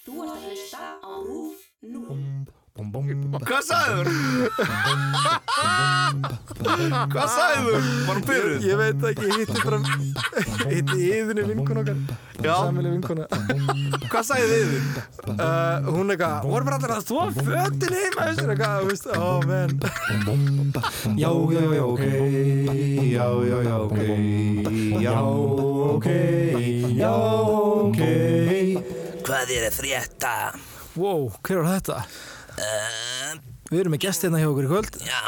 Þú ert að hlusta á RÚF 0. Hvað sagður? Hvað sagður? Varum byrjuð? Ég veit ekki, ég hitti bara ég hitti yðinni vinkun okkar Já. Samileg vinkuna Hvað sagði þið þið? uh, Hún eitthvað, voru bara allir að þvó fötin heima þessu eitthvað, þú veist, oh, ó menn Já, já, já, ok Já, já, já, ok Já, ok Já, ok Hvað er að frétta? Wow, hver var þetta? Við erum með gest hérna hjá okkur í kvöld Já,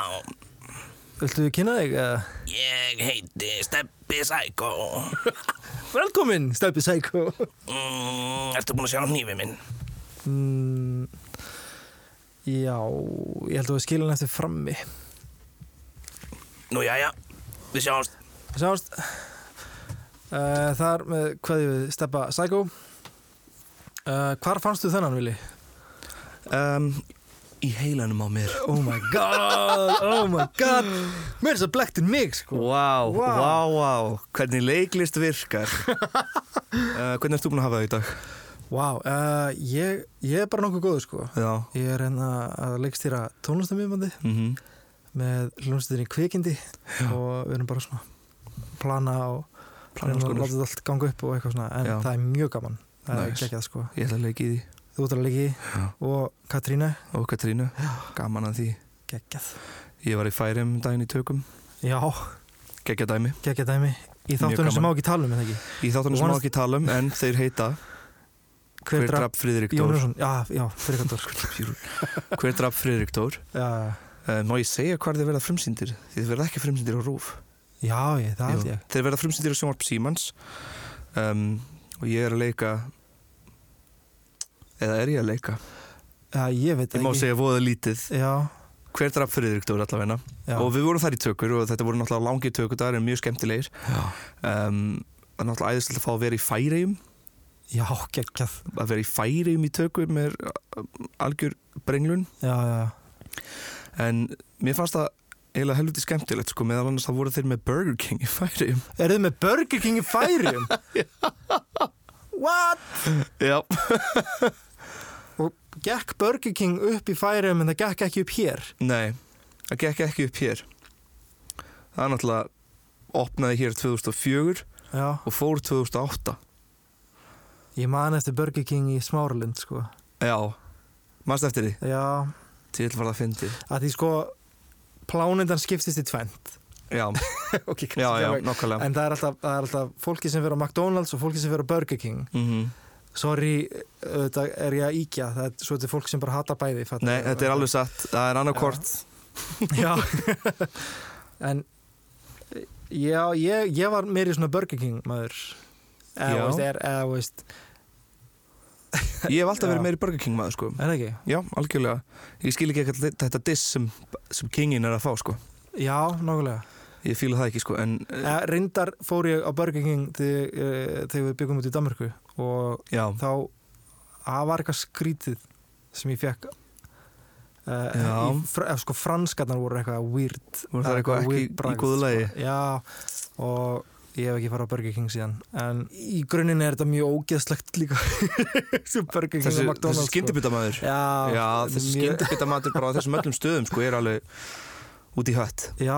Viltu kynna þig? Eh, eða? ég heiti Steppi Psycho. Velkomin, Steppi Psycho Mm, ertu búin að sjá hnífið minn? mm, Já, ég held að við skilum hann eftir frammi Nú, já, já, við sjáumst. Sjáumst uh, Þar með hvað við steppa Psycho uh, Hvar fannstu þennan, Vili? Um, í heilanum á mér. Oh my god, oh my god Mér er svo blekt en mig, sko Vá, Vá. vá, vá, hvernig leiklist virkar uh, Hvernig ert þú búin að hafa það í dag? Wow, uh, ég, ég er bara nokkuð góður, sko Já Ég er hérna að leikstýra tónlistamíðbandi mm með hljómsveitinni kvikindi og við erum bara svona að plana og plana Plana alls og konar. láta þetta allt ganga upp og eitthvað svona en Já. það er mjög gaman, það er Nice. ekki ekki það sko Ég ætla að leiki í því Þú ert að leiki og Katrína Og Katrínu, gaman að því geggjað Ég var í færim daginn í tökum Já, Gekja dæmi geggjað dæmi í þáttunum gaman. sem má ekki tala um en ekki Í þáttunum sem má Vonast- ekki tala um En þeir heita Hver draf Friðrik Jón Dór Jónsson, já, já, fyrir hvað Dór Hver draf Friðrik Dór Já, uh, Má ég segja hvar þeir verða frumsýndir? Því Þeir verða ekki frumsýndir á RÚF já, ég, það held Jú, ég Þeir verða frumsýndir á sjónvarp Símans um, Og ég er að leika Eða er ég að leika? Já, ég veit Ég má segja voða lítið Já, já, Hver draf Friðrik Dór allavegna já, Og við vorum þar í tökur og þetta voru náttúrulega langir tökur Það er mjög skemmtilegir um, Það er náttúrulega æðislega að fá að vera í færegjum já, geggjað Að vera í færegjum í tökum er uh, algjör brenglun Já, já, En mér fannst það eiginlega helviti skemmtilegt sko Meðal annars það voru þeir með Burger King í færegjum eru þið með Burger King í færum? What? Já, og gekk Burger King upp í færum en það gekk ekki upp hér nei, það gekk ekki upp hér Það er náttúrulega opnaði hér 2004 já. og fór 2008 ég man eftir Burger King í Smáralind sko. Já, mannst eftir því já, Til var það fyndið að því sko plánindan skiptist í tvent Já, okay, kannski já, já, alveg. nokkulega en það er, alltaf, það er alltaf fólki sem fyrir á McDonalds og fólki sem fyrir á Burger King mm sorry, þetta er ég að íkja það er svo þetta er fólk sem bara hatar bæði fattar Nei, þú? þetta er alveg satt, það er annarkort já en já, ég, ég var meir í svona Burger King maður Já. eða, þú veist, er, eða, þú veist, Ég hef Já. alltaf verið meiri Burger King maður sko er það ekki? Já, algjörlega Ég skil ekki eitthvað þetta diss sem, sem Kingin er að fá sko já, nákvæmlega Ég fíla það ekki sko En uh, Eh, Reyndar fór ég á Burger King þegar, eh, þegar við byggum út í Danmörku og já, þá það var eitthvað skrítið sem ég fekk Já. uh, fr eh, sko, franskarnar voru eitthvað weird eh, voru það eitthvað ekki weird bragð, í góðu lagi sko. Já, og ég hef ekki farið á Burger King síðan en í grunninn er þetta mjög ógeðslegt líka sem Burger King Þessi, og þessi McDonalds skyndibita maður sko. Já, Já, þessi mjög- skyndibita maður bara á þessum öllum stöðum sko er alveg út í hött Já,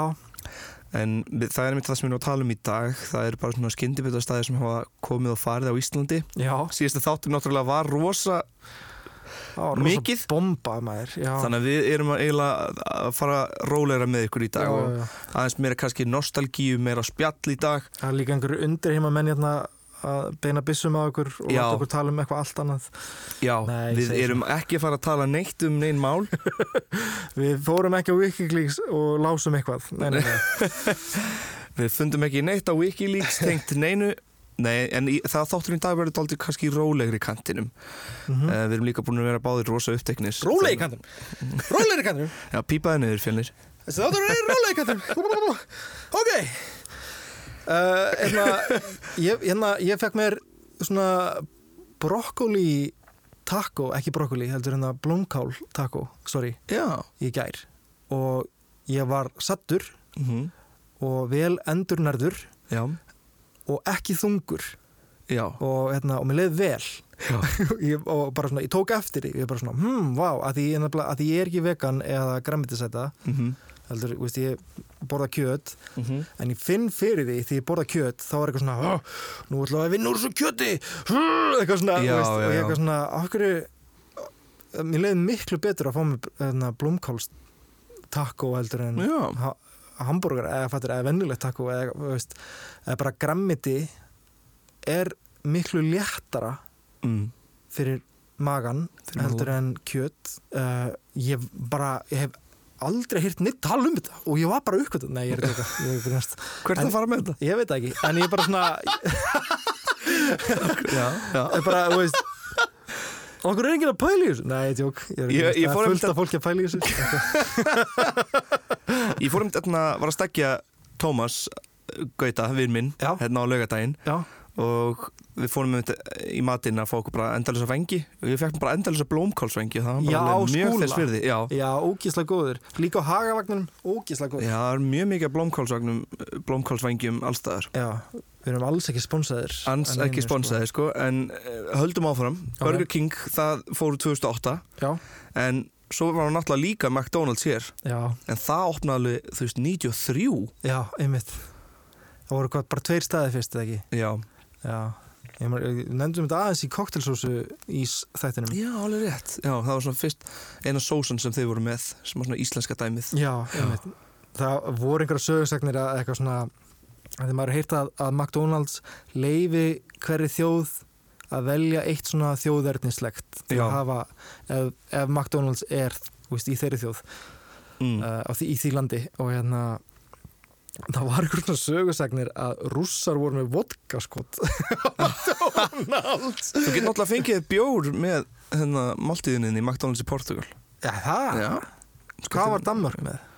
En við- það er mitt það sem við erum að tala um í dag Það er bara svona skyndibita staðir sem hafa komið og farið á Íslandi já Síðasta þáttum náttúrulega var rosa á, rosa Mikið? Bomba maður já. Þannig að við erum að eiginlega að fara rólegra með ykkur í dag já, og já, já. aðeins meira kannski nostalgíu, meira spjall í dag Það er líka einhverju undir heima menn hérna að beina byssum á okkur og Já. láta okkur tala um eitthvað allt annað. Já, Nei, ég við segi erum ekki að fara að tala neitt um neinn mál Við fórum ekki á Wikileaks og lásum eitthvað. Nei, nei, nei. Við fundum ekki neitt á Wikileaks tengt neinu Nei, en í, það þáttur í dag verður dálítið kannski í rólegri kantinum Mm mm. Við erum líka búin að vera báðir rosa uppteknir Rólega í kantum. Rólega í kantum. Já, pípaði niður fjölnir Þessi þáttur er rólega í kantum. Ok. Uh, hérna, ég, hérna, ég fekk mér svona brokkoli taco, ekki brokkoli, heldur hérna blómkál taco, sorry, Já í gær. Og ég var sattur mm og vel endurnærður Já, og ekki þungur já, og, hérna, og mér leið vel já, ég, og bara svona, ég tók eftir því, ég bara svona, hmm, vá, að því, ég nefnilega- að því ég er ekki vegan eða græmitisæta mhm, heldur, veist, ég borða kjöt mhm, en ég finn fyrir því því ég borða kjöt þá er eitthvað svona, "Hó, nú ætlum við að vinna úr þessu kjöti Hú, eitthvað svona, þú Já, veist, já, og ég já. eitthvað svona, af hverju mér leiði miklu betur að fá mér hérna, blómkáls taco heldur en já, ha hambúrgar eða, fattir, eða vennilegt taco eða, þú veist, eða bara grammiti er miklu léttara mm, fyrir magan Fyrir heldur en kjöt uh, ég bara, ég hef aldrei hýrt neitt tala um þetta og ég var bara uppkvæmt nei, ég er ekki eitthvað, ég er grunast hvert En- að fara með þetta? ég veit það ekki, en ég bara svona Já, já, ég bara, þú veist okkur er enginn að pæla í þessu nei, ég tjók, ég, Ég- er ég ekki fór fullt af fólki að pæla í þessu ég fór um þetta var að stakja Tómas Gauta, vinn minn, Já. hérna á laugardaginn já, og við fórum um þetta í matinn að fá okkur bara endalisa vengi og ég fekk bara endalisa blómkálsvengi og það var Já, bara alveg mjög Skúla. þess virði já, já, ógísla góður líka á hagavagninum, ógísla góður já. já, það er mjög mikið af blómkálsvagnum blómkálsvengjum allstaðar við erum alls ekki sponsaðir Ans En ekki neinu, sponsaði sko, en uh, höldum áfram Ok. Burger King, það fóru 2008 sko. já, en svo var hann náttúrulega líka McDonalds hér, já, en það opnaði alveg, þú veist, 93 já, einmitt það voru hvað, bara tveir staði fyrst eða ekki Já, Já, ég man- ég- nefndum þetta aðeins í koktelsósu ís þættinum já alveg rétt Já, það var svona fyrst eina sósan sem þau voru með sem var svona íslenska dæmið Já, einmitt. það voru einhverja sögursagnir að eitthvað svona að þið maður heirt að, að McDonalds leifi hverri þjóð að velja eitt svona þjóðernislegt til Já. að hafa ef, ef McDonalds er þú veist, í þeirri þjóð mm. uh, á því, í því landi og hérna það var einhverjum svona sögursagnir að rússar voru með sko. vodkaskot McDonalds Þú getur náttúrulega fengið bjór með hérna, maltíðinni í McDonalds í Portugal Já, það, Sko, hvað var Danmark með?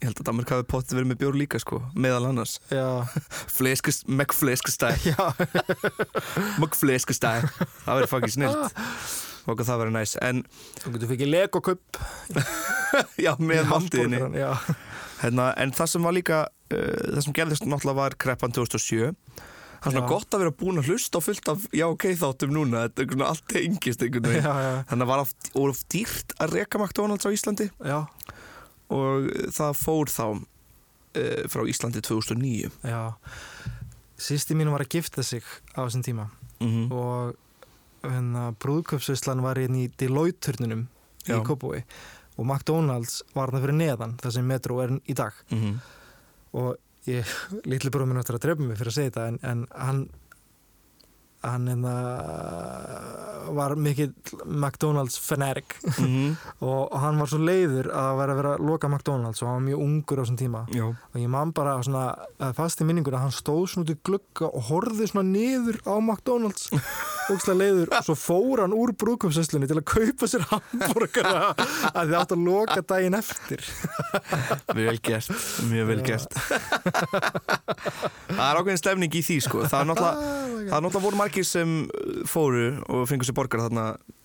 Ég held að Danmark hafi potti verið með bjór líka sko, meðal annars Já, Fleskust, McFleskustæ já McFleskustæ Það verið fucking snilt Ah. Og það verið næs En Þú getur fikið legokupp Já, með máltíðinni Já, hérna, En það sem var líka uh, Það sem gerðist náttúrulega var kreppan 2007 Það er svona Já. gott að vera búin að hlusta á fullt af Já, ok, þáttum núna Þetta er einhvern veginn allt tengist einhvern já, veginn já, Þannig að var oft, og oft dýrt að reka McDonalds á Íslandi já, Og uh, það fór þá uh, eh, Frá Íslandi 2009 já. Sýsti mín var að gifta sig á þessum tíma mm og hérna, brúðköpsvislan var hérna í Deloitte-turnunum í Já. Kópói og McDonalds var hérna fyrir neðan þar sem metro er í dag -hmm. og ég, litli bróðum minn áttur að drepa mig fyrir að segja þetta en, en hann hann hérna var mikill McDonalds fanarik Mm -hmm. og hann var svo leiður að vera að vera að loka McDonalds og hann var mjög ungur á þessum tíma Já, og ég man bara svona eh, fast í minningur að hann stóð svona út í glugga og horfði svona niður á McDonalds ógstlega leiður og svo fór hann úr brúkumsesslunni til að kaupa sér hambúrgara að þið átt að loka daginn eftir vel gert, mjög vel gert Það er ákveðin stemning í því sko Það er náttúrulega Ah, oh Það er náttúrulega voru margir sem uh, fóru og fengur sér borgar þarna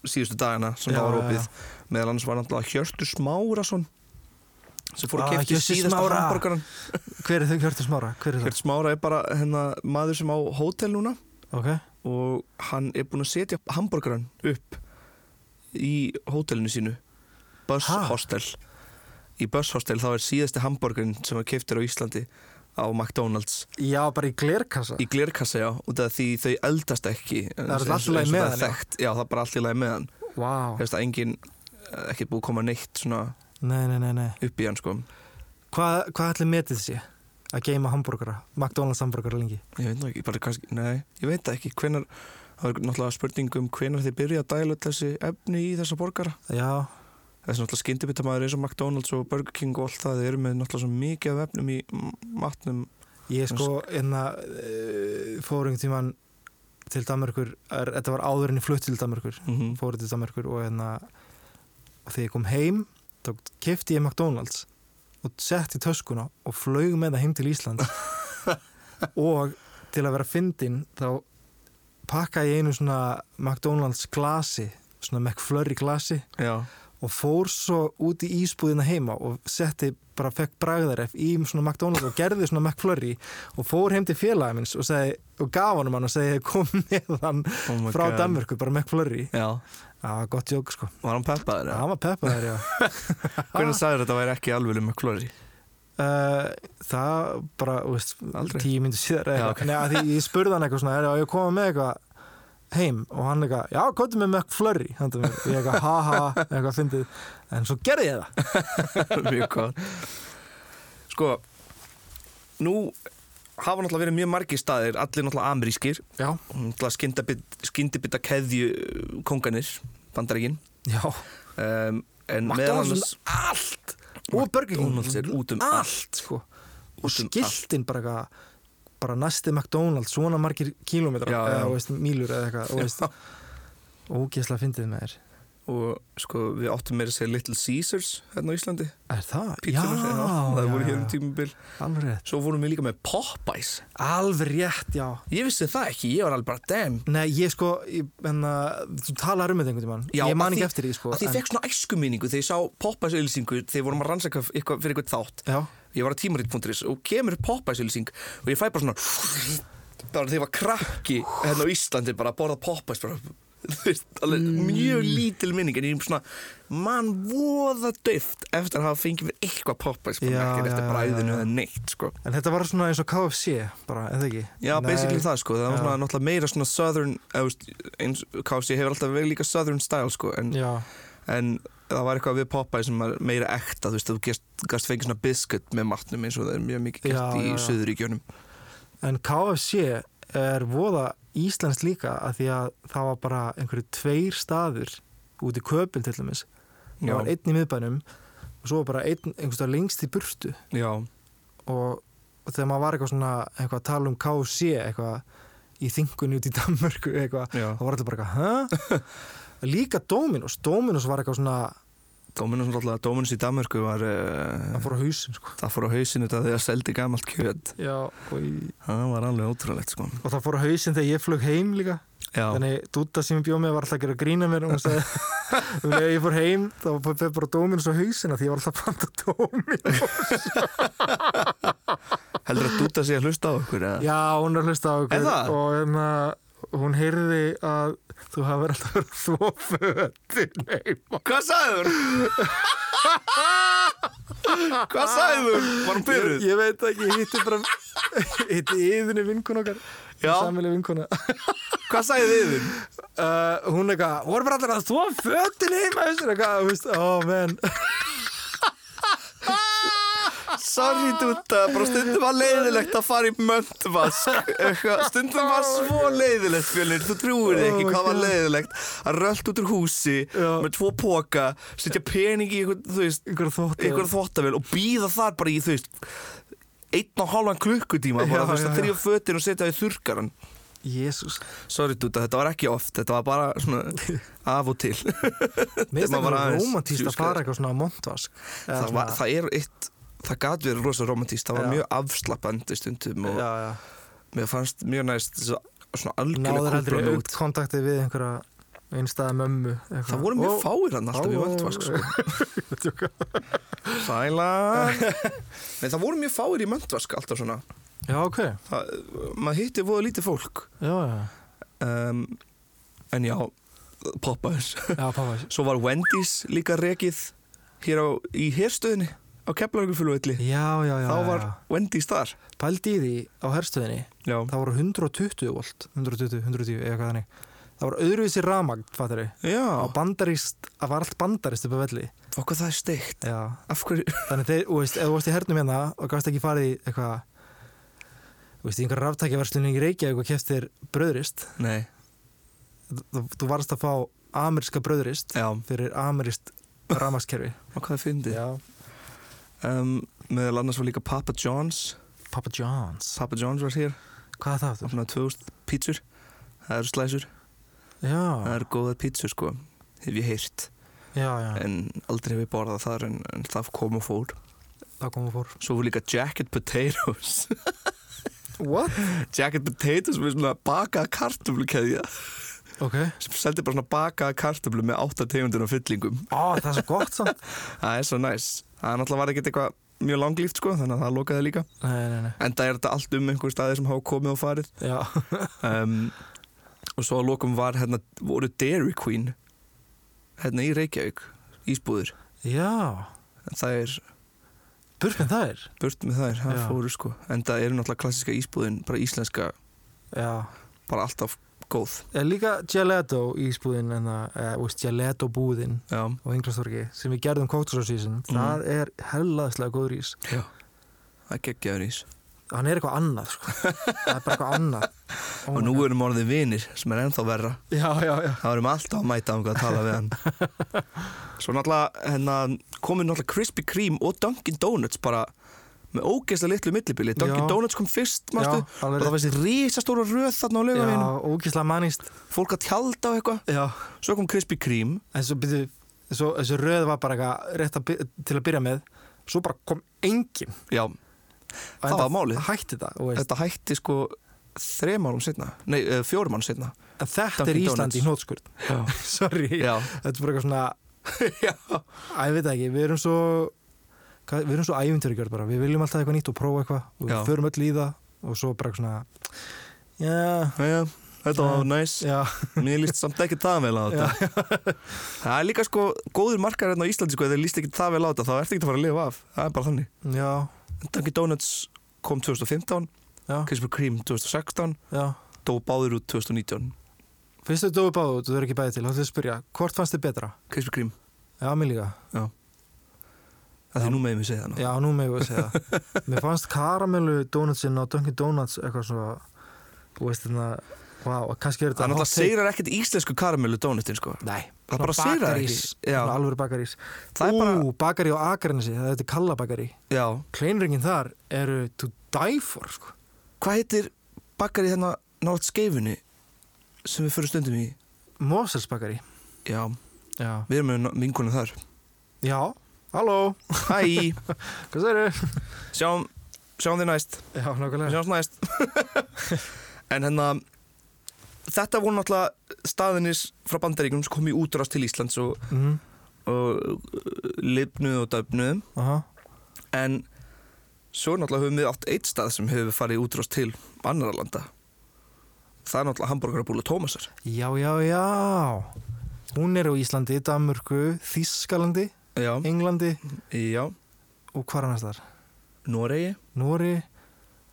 síðustu dagana sem Já, það var opið já, meðal annars var náttúrulega Hjörtur Smárasson sem fór að Ah, kefti Hjörtur síðasta Smára. hambúrgaran hver er þau Hjörtur Smára? Hver er það? Hjörtur Smára er bara hennar maður sem á hótel núna Ok, og hann er búinn að setja hambúrgaran upp í hótelinu sínu Buzz Ha? Hostel í Buzz Hostel þá er síðasti hambúrgarin sem að keftir á Íslandi á McDonalds já bara í glerkassa í glerkassa já, út af því þau eldast ekki Ah. er eins- allt eins- í lagi eins og með það er hann, já. þekkt, já það er bara allt í lagi með hann Vá, þess að enginn eh, ekkert búið að koma neitt svona nei, nei, nei, nei upp í hann sko Hvað, hvað ætli metið sé að geima hambúrgara, McDonalds hambúrgara lengi? ég veit nú ekki, bara kannski, nei, ég veit það ekki hvenar, það er náttúrulega spurning um hvenar þið byrja að dæla öll þessi efni í þessa borgara Já, þessi náttúrulega skyndibitamaður eins og McDonalds og Burger King og allt það, þeir eru með náttúrulega svo mikið af efnum í m- matnum Ég sko, hérna, uh, fór einhvern tíman til Danmarkur, er, þetta var áður en ég flutt til Danmarkur, mm -hmm. fór til Danmarkur og hérna, og þegar ég kom heim, þá kefti ég McDonalds og sett í töskuna og flög með það heim til Íslands og til að vera fyndin, þá pakkaði ég einu svona McDonalds glasi, svona McFlurry glasi já, og fór svo út í ísbúðina heima og setti bara, fekk bragðaref í svona McDonalds og gerði svona McFlurry og fór heim til félagin minns og, segi, og gaf honum hann og segi kom með hann Oh my frá God. Danmörku, bara McFlurry Já, það var gott jók sko, var hann peppaður? það var peppaður já Ah. Hvernig sagður þetta væri ekki alveg um klóri? Uh, það bara, þú veist, Aldrei. tíu myndir síðar eða Já, eitthvað. Nei, að því ég spurði hann eitthvað svona, er ég að koma með eitthvað heim og hann eitthvað, já, komdu með McFlurry handa mér, ég eitthvað, ha ha, eitthvað fyndið en svo gerði ég það Mjög gott Sko, nú hafa náttúrulega verið mjög margir staðir allir náttúrulega amerískir Já, náttúrulega skyndibita keðju konganir, bandaríkin já, um, en meðal McDonalds annars er allt og Burger King McDonald's er út um allt, sko og Út um skiltin bara eitthvað bara næsti McDonalds, svona margir kílómetrar Já, já. eða, þú veist, mílur eða eitthvað, þú veist ógeðslega fyndið með þér og sko, við áttum meira að segja Little Caesars hérna á Íslandi Er það? Pítsunar, já, það já, voru hér um já. tímubil Alveg rétt Svo vorum við líka með Popeyes Alveg rétt, já Ég vissi það ekki, ég var alveg bara damn Nei, ég sko, ég, en að þú talar um þetta einhvern tímann Já, Ég man að ekki því- eftir því, sko að því ég en- fekk svona æskuminningu þegar ég sá Popeyes auðlýsingu þegar við vorum að rannsaka eitthvað fyrir eitthvað þátt Já, ég var á tímarit.is og kemur Popeyes-auðlýsing og ég fæ bara svona bara þegar ég var krakki hérna á Íslandi bara að borða Popeyes bara, þú veist, alveg Mm. mjög lítil minning en ég er svona, mann voða döft eftir að hafa fengið mér eitthvað Popeyes bara Já, já, ekki eftir já, já. bræðinu eða neitt sko. en þetta var svona eins og KFC, bara, eða ekki já, Nei, basically það sko, það var Já. svona náttúrulega meira svona southern, eða veist, eins KFC hefur alltaf verið líka southern style sko, en, Já, en það var eitthvað við Popeyes sem var meira ekta, þú veist, þú gast, gast fengið svona biscuit með matnum eins og það er mjög mikið Já, gert já, í já. söðuríkjunum en KFC er voða íslensk líka af því að það var bara einhverju tveir staður út í Köpil til dæmis Það Já. var einn í miðbænum og svo var bara einn, einhverstað lengst í burtu já, og, og þegar maður var eitthvað svona eitthvað að tala um KFC eitthvað í þingunni út í Danmörku eitthvað, Já. þá var alltaf bara eitthvað, hæ? Líka Dominos, Dominos var eitthvað svona Dóminus náttúrulega, Dóminus í Danmörku var að uh, fóra á hausin sko. það fór á hausinu þetta þegar seldi gamalt kjöt Já, og, í- það var alveg ótrúlegt sko og það fór á hausin þegar ég flög heim líka já, þannig Dúta sem ég bjóð með var alltaf að gera grína mér og hún sagði um leið að ég fór heim þá fyrir bara Dominos á hausina því ég var alltaf að panta Dominos heldur að dúta sig að hlusta á okkur eða? Já, hún er að hlusta á Er okkur það? og hérna hún heyrði að þú hafa verið alltaf verið svo fötin heima hvað sagður? hvað sagður? var hún ég, byrjuð? ég veit ekki, ég hitti bara ég hitti yðinni vinkun okkar Já. samileg vinkuna hvað sagði þið þinn? uh, hún eitthvað, voru bara allir að svo fötin heima þessu eitthvað, þú veist, ó oh, menn sorry dúta, bara stundum var leiðilegt að fara í möndvask Eitthvað, stundum var svo leiðilegt fjölnir, þú trúir því ekki Oh my hvað var God. leiðilegt að rölt út úr húsi Já. með tvo póka, setja pening í eitthvað, þú veist, ykkur þótt einhver þvottavél og býða þar bara í þú veist einn og hálfan klukkutíma bara Já, þú veist að já, þrjá fötin og setja það í þurrkaran Jésús, sorry dúta, þetta var ekki oft, þetta var bara svona af og til mér finnst maður var eitthvað aðeins romantíst að djúskaður. fara eitthvað svona á montvask Eða það, var, það er eitt, það gat verið rosa romantíst, það var Já. mjög afslappandi stundum og já, já. mér fannst mjög næst þess að svona algjörlega náður heldur kúplan aukt kontaktið við einhverja einstæða mömmu eitthvað. Það voru mjög Ó, fáir hann alltaf í Ó. möndvask sko. Sæla Nei, það voru mjög fáir í möndvask alltaf svona já, ok, það, Maður hitti voða lítið fólk já, já, um, En já, Popeyes já, pappa Svo var Wendy's líka rekið hér á, í herstöðinni á Keflavíkurflugvelli já, já, já, Þá var já. Wendy's þar pældi í því á herstöðinni Já, það voru 120 volt 120, 110 eða hvað þannig það voru öðruvísi ramagn, fattar við já og bandarist, það var allt bandarist upp að velli okkur það er steikt já, Af hverju, þannig þeir, þú veist, ef þú varst í hernum hérna og gafst ekki farið í eitthvað þú veist, í einhver ráftækjaverslunni í Reykjavík og kefst þér bröðrist nei, þú, þú varst að fá ameríska bröðrist já, fyrir ameríst ramaskerfi okkur það er fyndið um, Meðal annars var líka Papa John's Papa John's Papa John's var hér hvað er það Það er aftur? svona 2000 pítsur Það eru slæsur, það já, eru góða pítsur sko Hef ég heyrt já, já, En aldrei hef ég borðað þar en, en það kom og fór það kom og fór Svo var líka jacket potatoes what? Jacket potatoes með svona bakað kartumlukeðja ok sem seldi bara svona bakaða kartöflu með átta tegundur og fyllingum Ó, það er svo gott samt það er svo næs það er náttúrulega var ekkert eitthvað mjög langlíft sko þannig að það lokaði líka Nei, nei, nei en það er þetta allt um einhver staði sem hafa komið og farið Já, um, og svo að lokum var hérna voru Dairy Queen hérna í Reykjavík ísbúður já en það er Burfinn það er burt með þær það Já. fóru sko en það eru náttúrulega klassiska ísbúðin bara íslenska Já bara alltaf góð Ég líka gelato í spúðin en það, eða, þú veist, gelato búðin já á Inglastorgi sem við gerðum kóktursásísin Mm. það er hellaðslega góður ís já það er geggjaður ís hann er eitthvað annað sko. það er bara eitthvað annað oh og my nú God. erum orðið vinir sem er ennþá verra já, já, já Það verðum alltaf að mæta um hvað að tala við hann Svo náttúrulega hérna, komið náttúrulega Krispy Kreme og Dunkin Donuts bara með ógeðslega litlu millibili Dunkin Já. Donuts kom fyrst, Já, mástu og alveg. það var þessi risastóra röð þarna á já, laugavinu ógíslega mannist fólk að tjalda og eitthvað já. Svo kom Krispy Kreme en svo byrju svo, þessi röð var bara eitthvað rétt að, by- til að byrja með svo bara kom engin Já, Það var málið. hætti það, þú veist. þetta hætti sko þrem árum setna, nei, eh, fjórum árum setna en þetta er Dunkin' Ísland í Donuts. hnótskurt sorry, Já. þetta er bara eitthvað svona Já, Æ, ég veit það ekki, við erum svo hvað, við erum svo æfinturgjörð bara, við viljum alltaf eitthvað nýtt og prófa eitthvað og við Já. förum öll í það og svo bara eitthvað svona já, já Þetta var næs, já, mér líst samt ekki það vel á þetta Það er líka sko góður markar hérna á Íslandi sko, ef þeir líst ekki það vel á þetta þá ertu ekki að fara að lifa af, það er bara þannig já Dunkin Donuts kom 2015 já, Krispy Kreme 2016 já dó báðir út 2019 fyrst þau dói báðu, þú verður ekki bæði til, þá ætlum við að spyrja hvort fannst þið betra? Krispy Kreme, Já, mér líka, það Já. er nú með mig segja það nú. já, nú með ég að segja það. mér fannst karamellu dónutsinn á Dunkin Donuts eitthvað svona þú veist þarna, vá, wow, kannski er þetta Það er hot náttúrulega take. seirar ekkert íslensku karamellu donutin sko Nei, Það bara svona sigrar bakarís, ekki. Já. svona alvöru bakarís Það er bara- Ú, bakari á Akranesi, það heitir Kalla bakari Já, kleinringin þar eru to die for sko. hvað heitir bakkar í þennan nátt skeifunni sem við fyrir stundum í Mosels bakari Já, já, við erum með vinkunum þar já, halló Hæ, hvað það eru? sjáum, sjáum þið næst já, Við nákvæmlega sjáumst næst En hérna Þetta voru náttúrulega staðinir frá bandaríkjum sem kom í útrást til Íslands og, mm, og lifnuð og döfnuð aha, en svo náttúrulega höfum við átt eitt stað sem hefur farið útrást til annara landa það er náttúrulega hambúrgarabúla Tómasar já, já, já hún er á Íslandi, Danmörku Þískalandi, já, Englandi já, og hvað er næst þar? Noregi Nóri,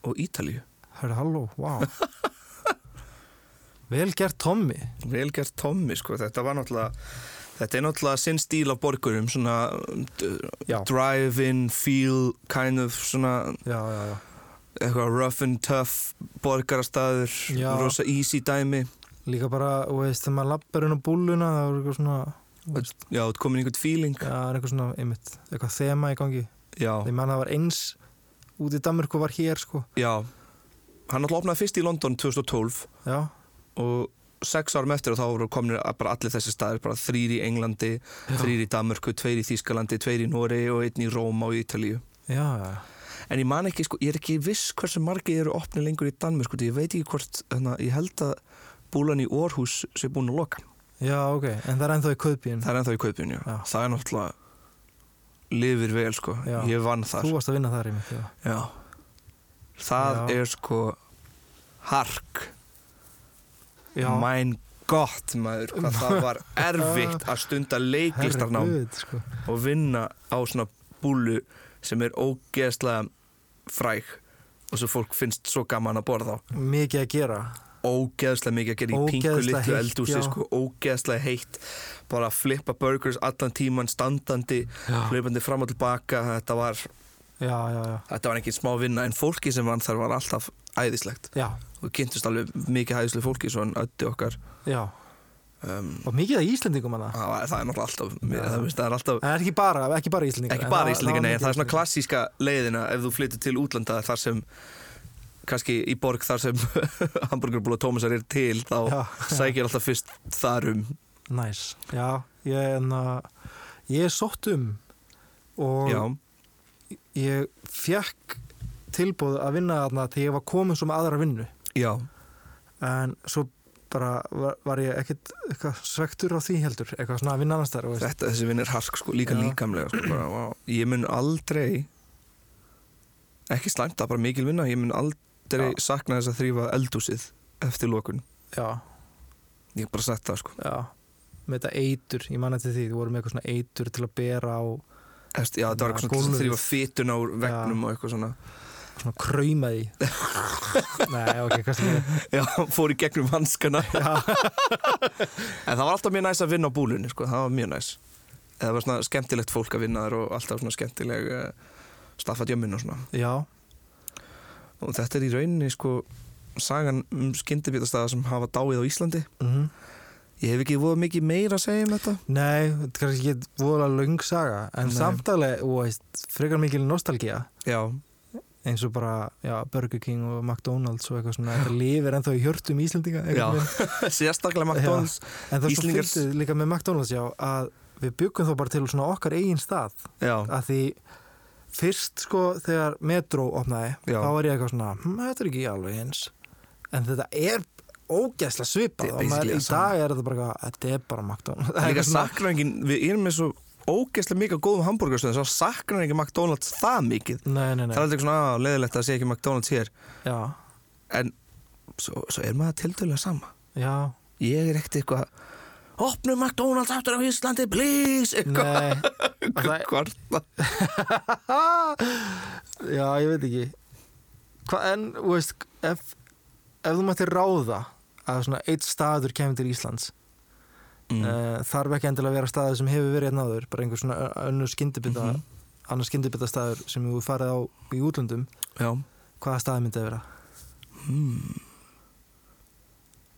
og Ítalíu hörðu halló, wow vel gert Tommy velgert Tommi sko, þetta var náttúrulega þetta er náttúrulega sinn stíl af borgurum svona Já. drive-in feel kind of svona já, já, já, eitthvað rough and tough borgarastæður, Já. rosa easy dæmi líka bara, þú veist, þegar maður lappar inn á búluna, það er eitthvað svona já, þú ert komin í einhvern feeling Já, það er eitthvað svona, einmitt, eitthvað þema í gangi já, Ég man það var eins út í Danmörku var hér sko já hann náttúrulega opnaði fyrst í London 2012 Já, og sex árum eftir og þá voru komin bara allir þessi staðir, bara þrýr í Englandi þrýr í Danmörku, tveir í Þýskalandi tveir í Noregi og einn í Róma og Ítalíu já, já, en ég man ekki, sko, ég er ekki viss hversu margir eru opnið lengur í Danmörku sko, því ég veit ekki hvort, þannig ég held að búlan í Orhus sé búin að loka já, ok En það er ennþá í kaupbíin það er ennþá í kaupinu, já. Mm. Já. það er náttúrulega lifir vel, sko, Já. ég vann þar Þú varst að vinna þar einmitt, já já. það Já. er sko hark Já, mæn gott maður, hvað það var erfitt að stunda leiklistarnám herregud, sko og vinna á svona búlu sem er ógeðslega fræg og svo fólk finnst svo gaman að borða á Mikið að gera ógeðslega mikið að gera í pinku Ógeðslega litlu heitt, eldúsi já. sko, ógeðslega heitt bara að flippa burgers allan tíman standandi, Já. hlaupandi fram og tilbaka þetta var, Já, já, já þetta var ekki smá vinna en fólki sem vann þar var alltaf æðislegt Já, og kynntust alveg mikið hæðislega fólki svo hann ötti okkar já um, Og mikið að Íslendingum hana það, var, það er náttúrulega alltaf, það, veist, það er alltaf En ekki bara, ekki bara Íslendingar ekki en bara það- Íslandinga, var nei, en mikið það er svona Íslendingar. klassíska leiðina ef þú flyttir til útlanda þar sem kannski í borg þar sem hamburgerbúla Tómasar er til þá Já. sækir alltaf fyrst þar um Næs, já, ég en að Ég er sótt um Og já, ég fekk tilbúð að vinna þarna þegar ég var komin svo með aðra vinnu já, en svo bara var, var ég ekkert eitthvað svektur á því heldur eitthvað svona að vinna annars þar Þetta, þessi vinn er hark sko, líka Já. líkamlega sko, bara, vá. Ég mun aldrei ekki slæmt, það er bara mikil vinna ég mun aldrei Já. sakna þess að þrýfa eldhúsið eftir lokun já, Ég hef bara sett það sko já með þetta eitur, ég manna til því þú voru með eitthvað svona eitur til að bera á Eftir, Já, það Já, var eitthvað svona gólfið. að þrýfa fytun á vegnum og eitthvað svona svona krauma því nei, ok, hvað sem ég Já, fór í gegnum hanskana En það var alltaf mjög næs að vinna á búlunni sko, það var mjög næs Það var svona skemmtilegt fólk að vinna þar og alltaf svona skemmtileg uh, staffat jömmin og svona já, og þetta er í rauninni sko sagan um skyndibitastaða sem hafa dáið á Íslandi mhm Ég hef ekki voða mikið meira að segja um þetta Nei, þetta er kannski ekki voðalega löng saga en Nei. samtalið, þú veist, frekar mikil nostalgía Já, eins og bara, já, Burger King og McDonalds og eitthvað svona, þetta lifir ennþá í hjörtum Íslendinga já einhvern veginn. Sérstaklega McDonalds en það er svo Íslendingar- fyndið líka með McDonalds, já að við byggum þá bara til svona okkar eigin stað Já, að því fyrst sko þegar Metro opnaði, Já. þá var ég eitthvað svona hm, þetta er ekki alveg eins en þetta er ógæsla svipað Þetta er og maður, basically í það sama. dag er þetta bara eitthvað, þetta er bara McDonalds það er líka Eitthvað svona- saknængin Við erum með svo ógeðslega mikið af góðum hambúrgarstöðum svo saknængin McDonalds það mikið Nei, nei, Það er nei, aldrei svona að leðilegt að sé ekki McDonalds hér já, En svo, svo er maður tildurlega sama já Ég er ekkert eitthvað Opnum McDonalds aftur á Íslandi, please Eitthvað Nei, það, kvarta já, ég veit ekki Hva, En, þú veist, ef, ef þú mættir ráða að svona eitt staður kemur til Íslands mm. mm. þarf ekki endilega að vera staður sem hefur verið einn áður, bara einhver svona ö- önnur skyndibita Mhm. annar skyndibita staður sem þú farið á í útlöndum Já hvaða staður myndið að vera?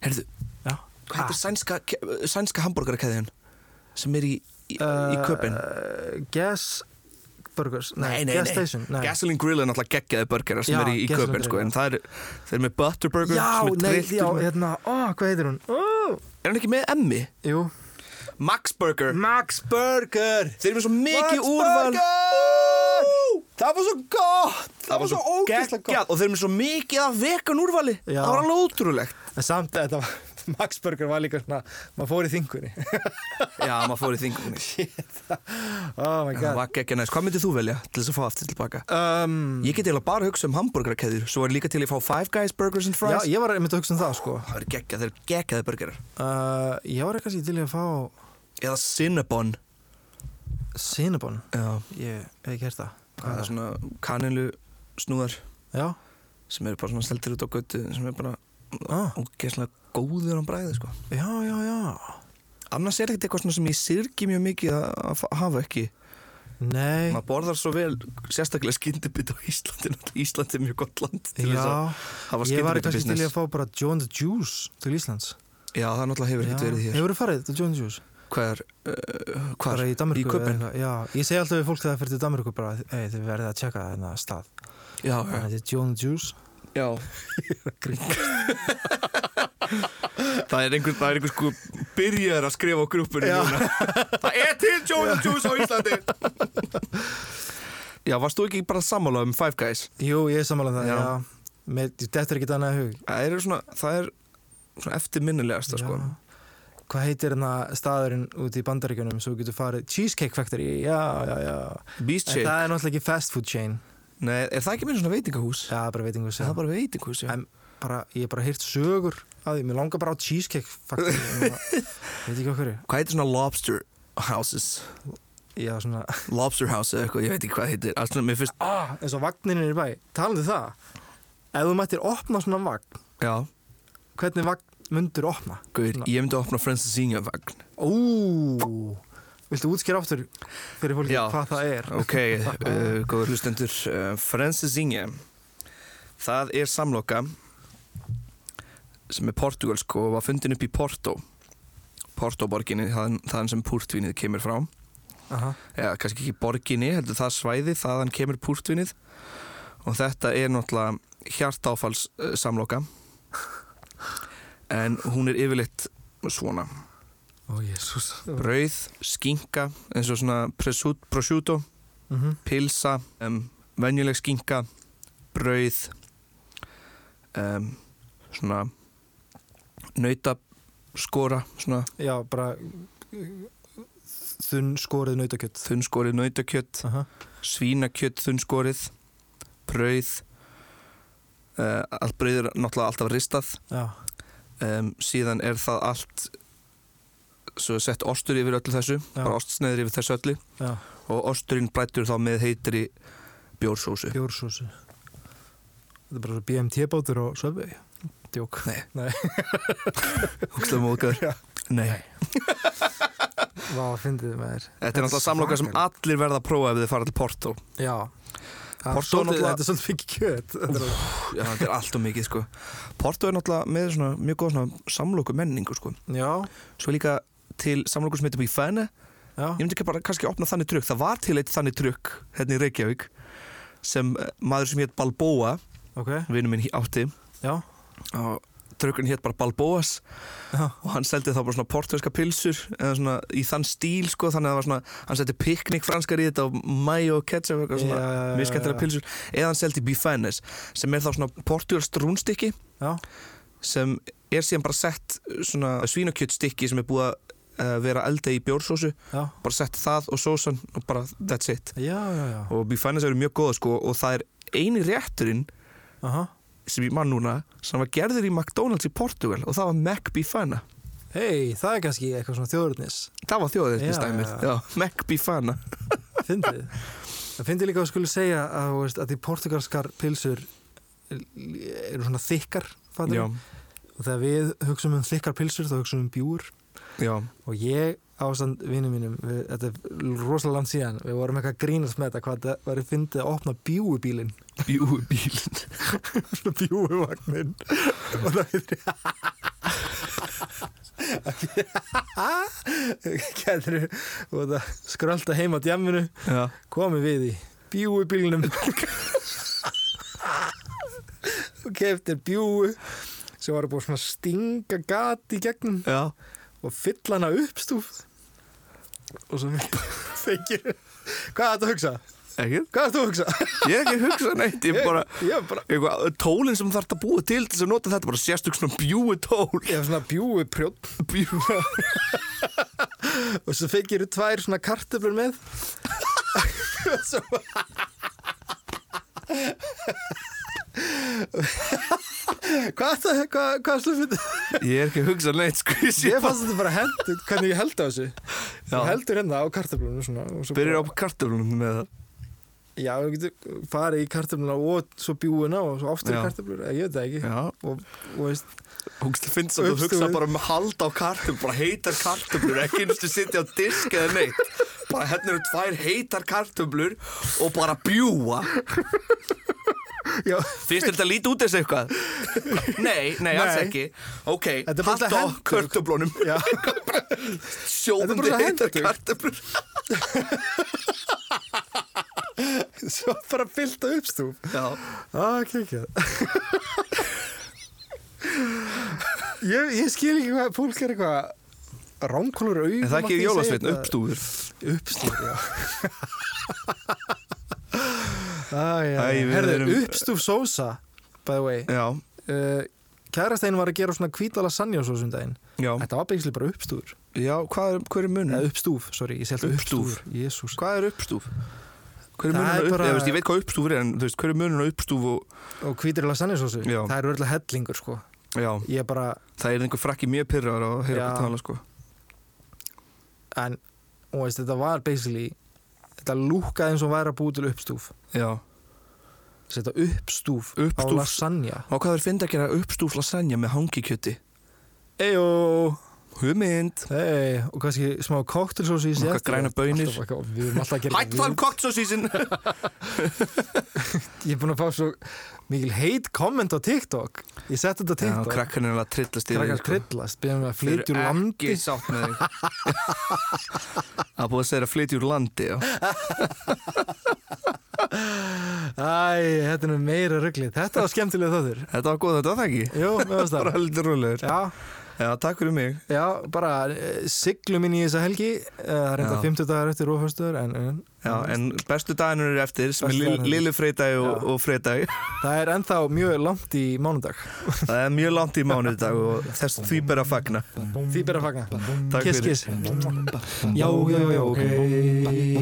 Herðu, Já. hvað Ah. heitir sænska, sænska hambúrgarkeðjan sem er í, í, í köpinn? Uh, gas Burgers, nei, Nei, nei, Gas nei. Station nei. Gasoline Grill er náttúrulega geggjaði burgerar sem Já, er í, í Gasoline köpinn sko, Grill, en það er, þeir eru með butter burger Já, sem er nei, drilltur já, með- hérna, ó, hvað heitir hún? Ó, Er hann ekki með emmi? jú Max Burger Max Burger Þeir eru með svo mikið Max úrval Ú, Það var svo gott Það var svo geggjað og þeir eru með svo mikið af vegan úrvali Já. Það var alveg ótrúlegt En samt að þetta var, Max Burger var líka svona maður fór í þingunni Já, maður fór í þingunni Oh my Það god var geggja næst Hvað myndið þú velja til þess að fá aftur tilbaka? um, Ég get eiginlega bara að hugsa um hambúrgarkeðjur Svo er líka til að fá Five Guys Burgers and Já, Fries ég var einmitt að hugsa um það sko Það eru geggjað, þeir eru geggjaði burgerar uh, Ég var eitthvað sér til í að fá Eða Cinnabon Cinnabon Já, Ég hef ekki hert það það Hvað er er það? svona kanilu snúðar Já, sem eru bara svona seldir út á götu sem er bara ah, ógeðslega góður á bræði sko. já, já, já annars er ekkert eitthvað svona sem ég sirgi mjög mikið að- að fa- hafa ekki Nei, maður borðar svo vel, sérstaklega skyndibit á Íslandi, náttúrulega Íslandi er mjög gott land til þess að já hafa Ég var eitthvað sér til í skyndibitabusiness að fá bara John the Juice til Íslands já, það náttúrulega hefur ekkert verið hér Hefur farið til John the Juice? hvað er, uh, hvað bara í Danmörku eða Köben? eitthvað. já, ég segi alltaf við fólk þegar það fyrir til Danmörku bara, ei, þið verðið að tjekka þennan stað já, já, þetta er John Juice já. það er einhver, það er einhver sko byrjar að skrifa á grúpunni Já. núna það er til Joe and Juice á Íslandi já, varst þú ekki bara sammála um Five Guys? jú, ég er samanlega það, Já. já, Mér, þetta er ekki annað í hug Það er svona, það er svona eftirminnilegasta sko. Já. hvað heitir hérna staðurinn úti í bandaríkjunum svo þú getur farið, Cheesecake Factory já, já, já, Beast en Shake, það er náttúrulega ekki fast food chain nei, er það ekki meira svona veitingahús? já, bara veitingu Það sem er bara veitingahús, já en bara, ég er bara heyrt sögur að því, mér langar bara á Cheesecake Factory Ég bara- veit ekki okkur, Hvað heitir svona lobster houses? já, svona Lobster house eða eitthvað, ég veit ekki hvað heitir Allt svona, mér finnst, ah, eins og vagninir í bæ, talandi um það ef þú mættir opna svona vagn já, hvernig vagn myndur opna? guður, ég myndi að opna Francesinha vagn Ú, viltu útskýra aftur fyrir fólki Já. hvað það er? Ok, uh, góður hlustendur uh, Francesinha Það er samloka sem er portugalsk og var fundin upp í Porto Porto borginni, þaðan þaðan sem púrtvinið kemur frá Aha. eða kannski ekki borginni, heldur það svæði þaðan kemur púrtvinnið og þetta er náttúrulega hjartáfalls uh, samloka en hún er yfirleitt svona, Ó, jésús brauð, skinka eins og svona presut, prosciutto Mhm. pilsa, um, venjuleg skinka brauð um, svona nauta skora, svona já, bara þunn skorið nautakjött þunnskorið nautakjött Aha. svínakjött þunnskorið brauð uh, allt brauð er náttúrulega alltaf ristað já, um, síðan er það allt svo sett ostur yfir öllu þessu Já. bara ostsneiður yfir þessu öllu já, og osturinn brættur þá með heitri bjórsósu bjórsósu þetta er bara svo BMT bátur og söfvei djók Nei. Nei. Hugstum móðgöður Nei, Vá, fyndið maður þetta er náttúrulega samloka sem svakalegt. allir verða að prófa ef þið fara til Porto Já Það er Porto svolítið- náttúrulega- Þetta er svolítið mikið kjöt Þetta er alveg- Já, þetta er allt og mikið sko Porto er náttúrulega með svona mjög góð svona samloku menningu sko Já, Svo líka til samloku sem heitir Bífæne já, Ég myndi ekki bara kannski opna þannig trukk Það var til eitt þannig trukk hérna í Reykjavík sem eh, maður sem hétt Balboa ok vinnu minn hí- átti Já, og trukkurinn hétt bara Balboas já, og hann seldi þá bara svona portugalska pilsur eða svona í þann stíl sko þannig að það var svona, hann seldi piknik franskar í þetta og mayo og ketchup eitthvað svona Já, já, já, já, já. miskættilega pilsur eða hann seldi bifanes sem er þá svona portugalskt rúnstykki já, sem er síðan bara sett svona svínakjöttstykki sem er búið að eh, vera elda í bjórsósu já bara sett það og sósan og bara that's it Já, já, já og bifanes eru mjög góða sko og það er eini rétturinn Aha. sem ég mann núna sem var gerður í McDonalds í Portugal og það var Mac Bifana Hei, það er kannski eitthvað svona þjóðurnis Það var þjóðirni Já, stæmið, já. já, Mac Bifana Fyndið Það fyndið líka að skulu segja að, þú veist, að því portugalskar pilsur eru svona þykkar fattarðu? Já, og þegar við hugsum um þykkar pilsur þá hugsum við um bjúur já, og ég ástand vinnum mínum við, þetta er rosalega langt síðan við vorum eitthvað að grínast með þetta hvað það var fyndið að opna bjúubílinn bjúi bílinn bjúuvagnin og það heitir Gætur og það skrölda heim á djamminu Já, komið við í bjúu bílnum og keftir bjúu sem var búið svona að stinga gat í gegnum já, og fylla hana upp stúf og svo fengir hvað er þetta að hugsa? ekki hvað er þetta að hugsa? Ég er ekki að hugsa neitt, ég er bara ég er bara eitthvað, Tólinn sem þarf að búa til til þess að nota þetta bara sérstök svona bjúi tól ég hef svona bjúu prjótt Bjúi og svo fengir þú tvær svona kartöflur með og svo hvað er það, hvað, hvað slúfið Ég er ekki að hugsa neitt, sko Ég sé ég fannst þetta bara hendur, hvernig ég held á þessu Já. ég heldur hérna á kartöflunum svona og svo Byrjar á bara, kartöflunum með það já, þú getur farið í kartöfluna og svo bjúuna og svo aftur í Já. kartöflur, ég veit það ekki Já, og, og veist, hugst það finnst að þú Uppstúfið. hugsa bara um hald á kartöflur bara heitar kartöflur, ekki einstu sitja á disk eða neitt bara hérna eru tvær heitar kartöflur og bara bjúa já, Finnst þér þetta lítið út þessu eitthvað? Nei, nei, alls Nei. ekki Ok, Þetta er bara hald á hendur. kartöflunum já Þetta er Sjóðandi bara heitar hendur. kartöflur svo bara fyllt á uppstúf Já, Ah, klikjað ég, ég skil ekki hvað fólk er eitthvað ránkólur augum en það er átti ég að ekki segja jólasveitn, þetta. uppstúður Uppstúf, já ah, já, Æ, já. við Herðu, erum- uppstúf sósa by the way Já, uh, Kærastein var að gera svona hvítala sannjá sósum um daginn já, Þetta var beigislega bara uppstúfur já, hvað er, hver er munum? Eða uppstúf, sorry, ég sé alltaf Uppstúf. uppstúfur Jésús Hvað er uppstúf? Hver Það er er munum? bara- Bara... Ég, veist, ég veit hvað uppstúfur er, en þú veist, hver er munum á uppstúf og Og hvítirlega sannjá sósu, Já. það er verðilega hellingur sko Já, Ég bara, það er einhver frakki mjög pyrrar að heyra Já. okkur tala, sko en og veist, þetta var basically þetta lúkaði eins og væri að búi til uppstúf Já þetta uppstúf, Uppstúf. á lasagna Og hvað er fynd að gera uppstúf lasagna með hangikjöti? Eyjó Hugmynd hey, og kannski smá koktelsósi í sig Nokkrar eftir. grænar baunir. Alltaf eitthvað- við erum alltaf að gera Hætt þann koktsósísin ég er búin að fá svo mikil heit komment á TikTok ég sett þetta á Já, TikTok krakkan er alveg að trillast yfir því, krakkar kryllast beðum við að flytja úr Þeir eru landi ekki sátt með þig Það er búið að segja að flytja úr landi já. Æ, þetta er nú meira ruggli þetta var skemmtilega þóttur Þetta var góð, þetta var það ekki Jú, mér varst það Bara heldur rólegur Já, Já, takk fyrir mig Já, bara eh, siglum inn í þessa helgi eh, Það er enda Já. 50 dagar eftir rófhöstur en, en Já, en bestu dagarnir eru eftir sem er Bestu lill- dagarnir. Lillu freitagi og, Já. og freitagi það er ennþá mjög langt í mánudag Það er mjög langt í mánudag og þess því ber að fagna Því ber að fagna Takk Kiss, fyrir kiss Já, já, já, ok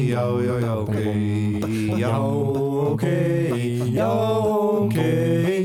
Já, já, já, ok Já, ok Já, ok